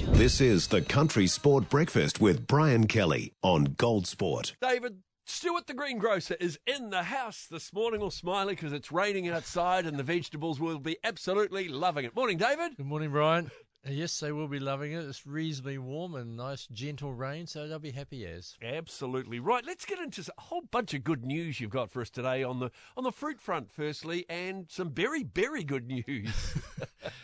This is the Country Sport Breakfast with Brian Kelly on Gold Sport. David Stewart, the greengrocer, is in the house this morning, all smiley because it's raining outside and the vegetables will be absolutely loving it. Morning, David. Good morning, Brian. Uh, Yes, they will be loving it. It's reasonably warm and nice, gentle rain, so they'll be happy as. Absolutely right. Let's get into a whole bunch of good news you've got for us today on the on the fruit front, firstly, and some very very good news.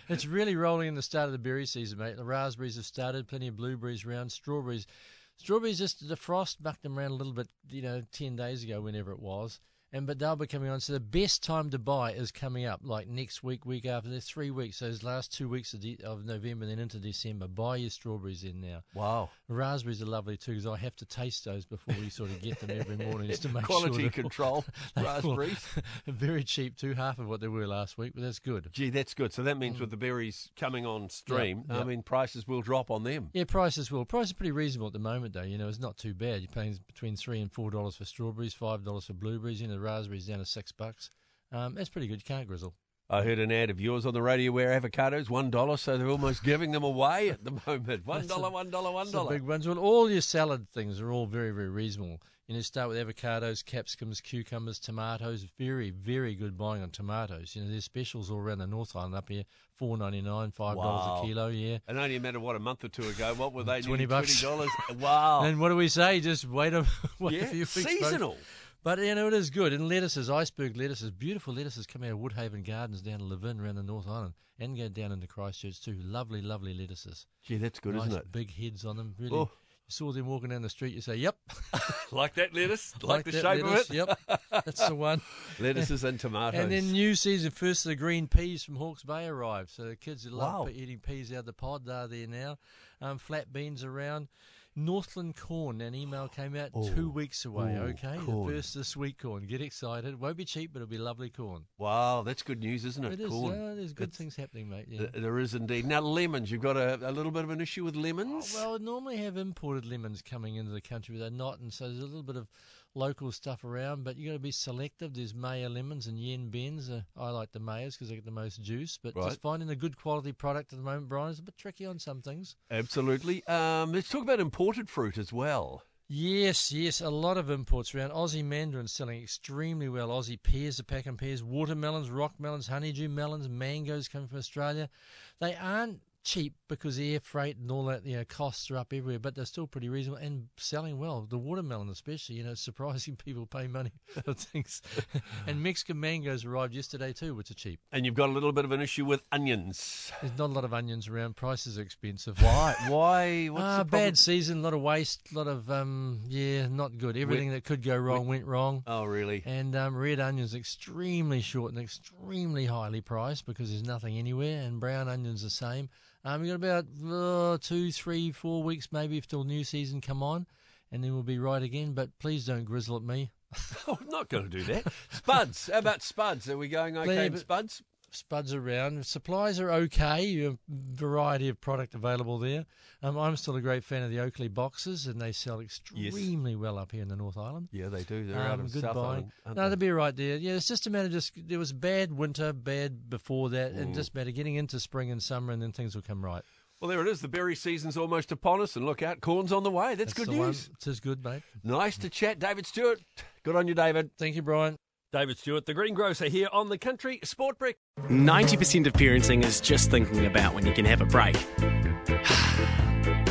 It's really rolling in the start of the berry season, mate. The raspberries have started, plenty of blueberries round, strawberries. Strawberries just defrost mucked them around a little bit, you know, ten days ago, whenever it was. And but they'll be coming on. So the best time to buy is coming up, like next week, week after. There's three weeks. Those last two weeks of, de- of November, then into December. Buy your strawberries in now. wow, Raspberries are lovely too, because I have to taste those before we sort of get them every morning, just to make quality sure. they're all- control They were raspberries. Very cheap too, half of what they were last week, but that's good. Gee, that's good. So that means with the berries coming on stream, Yeah, yeah. I mean prices will drop on them. Yeah, prices will. Prices are pretty reasonable at the moment, though. You know, it's not too bad. You're paying between three and four dollars for strawberries, five dollars for blueberries. You know, raspberries down to six bucks. Um, that's pretty good. You can't grizzle. I heard an ad of yours on the radio where avocados one dollar, so they're almost giving them away at the moment. One That's a- dollar, one dollar, one Some dollar. big ones. Well, all your salad things are all very, very reasonable. You know, start with avocados, capsicums, cucumbers, tomatoes. Very, very good buying on tomatoes. You know, there's specials all around the North Island up here. Four ninety nine, five dollars Wow. a kilo. Yeah. And only a matter of what a month or two ago, what were they? 20 nearly bucks. Twenty dollars. Wow. And what do we say? Just wait a wait Oh. yeah. a few weeks. folks. Seasonal. But you know it is good. And lettuces, iceberg lettuces, beautiful lettuces coming out of Woodhaven Gardens down to Levin around the North Island, and go down into Christchurch too. Lovely, lovely lettuces. Gee, that's good, nice isn't it? Big heads on them. Really. Oh. You saw them walking down the street. You say, "Yep, Like that lettuce. Like, the that shape lettuce, of it. Yep, that's the one." Lettuces and tomatoes. And then new season, first of the green peas from Hawke's Bay arrived. So the kids that love Wow. eating peas out of the pod. They're there now. Um, flat beans around. Northland corn. An email came out two weeks away. Oh. Ooh, okay, corn. the first of the sweet corn. Get excited. It won't be cheap, but it'll be lovely corn. wow, that's good news, isn't it? It is. Corn. Uh, there's good It's- things happening, mate. Yeah. th- There is indeed. Now lemons. You've got a, a little bit of an issue with lemons. Oh, Well, I normally have imported lemons coming into the country, but they're not, and so there's a little bit of local stuff around. But you got to be selective. There's Maya lemons and Yen Bens. Uh, I like the Mayas because they get the most juice. But Right. just finding a good quality product at the moment, Brian, is a bit tricky on some things. Absolutely. Um, let's talk about imported fruit as well. Yes, yes, a lot of imports around. Aussie mandarins selling extremely well. Aussie pears, the pack and pears, watermelons, rock melons, honeydew melons, mangoes coming from Australia. They aren't cheap because air freight and all that, you know, costs are up everywhere, but they're still pretty reasonable and selling well. The watermelon especially, you know, it's surprising people pay money for things. and Mexican mangoes arrived yesterday too, which are cheap. And you've got a little bit of an issue with onions. There's not a lot of onions around, prices are expensive. Why? Why? What's Ah, the problem? bad season, a lot of waste, a lot of um, yeah, not good. Everything that could go wrong went wrong. Oh, really? And um, red onions extremely short and extremely highly priced because there's nothing anywhere, and brown onions the same. Um, you got about uh, two, three, four weeks maybe till new season come on, and then we'll be right again. But please don't grizzle at me. Oh, I'm not going to do that. Spuds. How about spuds? Are we going okay Yeah, in but- spuds? Spuds around. Supplies are okay. You have variety of product available there. Um, I'm still a great fan of the Oakley boxes, and they sell extremely well up here in the North Island. Yeah, they do. They're out Um, of good South buying. Island. aren't No, they? they'll be right there. Yeah, it's just a matter of just there was bad winter, bad before that, Mm. and just matter getting into spring and summer, and then things will come right. Well, there it is. The berry season's almost upon us, and look out, corn's on the way. That's, good the one. news. It is good, mate. Nice to chat, David Stewart. Good on you, David. Thank you, Brian. David Stewart, the greengrocer here on the Country Sport Brick. 90% of parenting is just thinking about when you can have a break.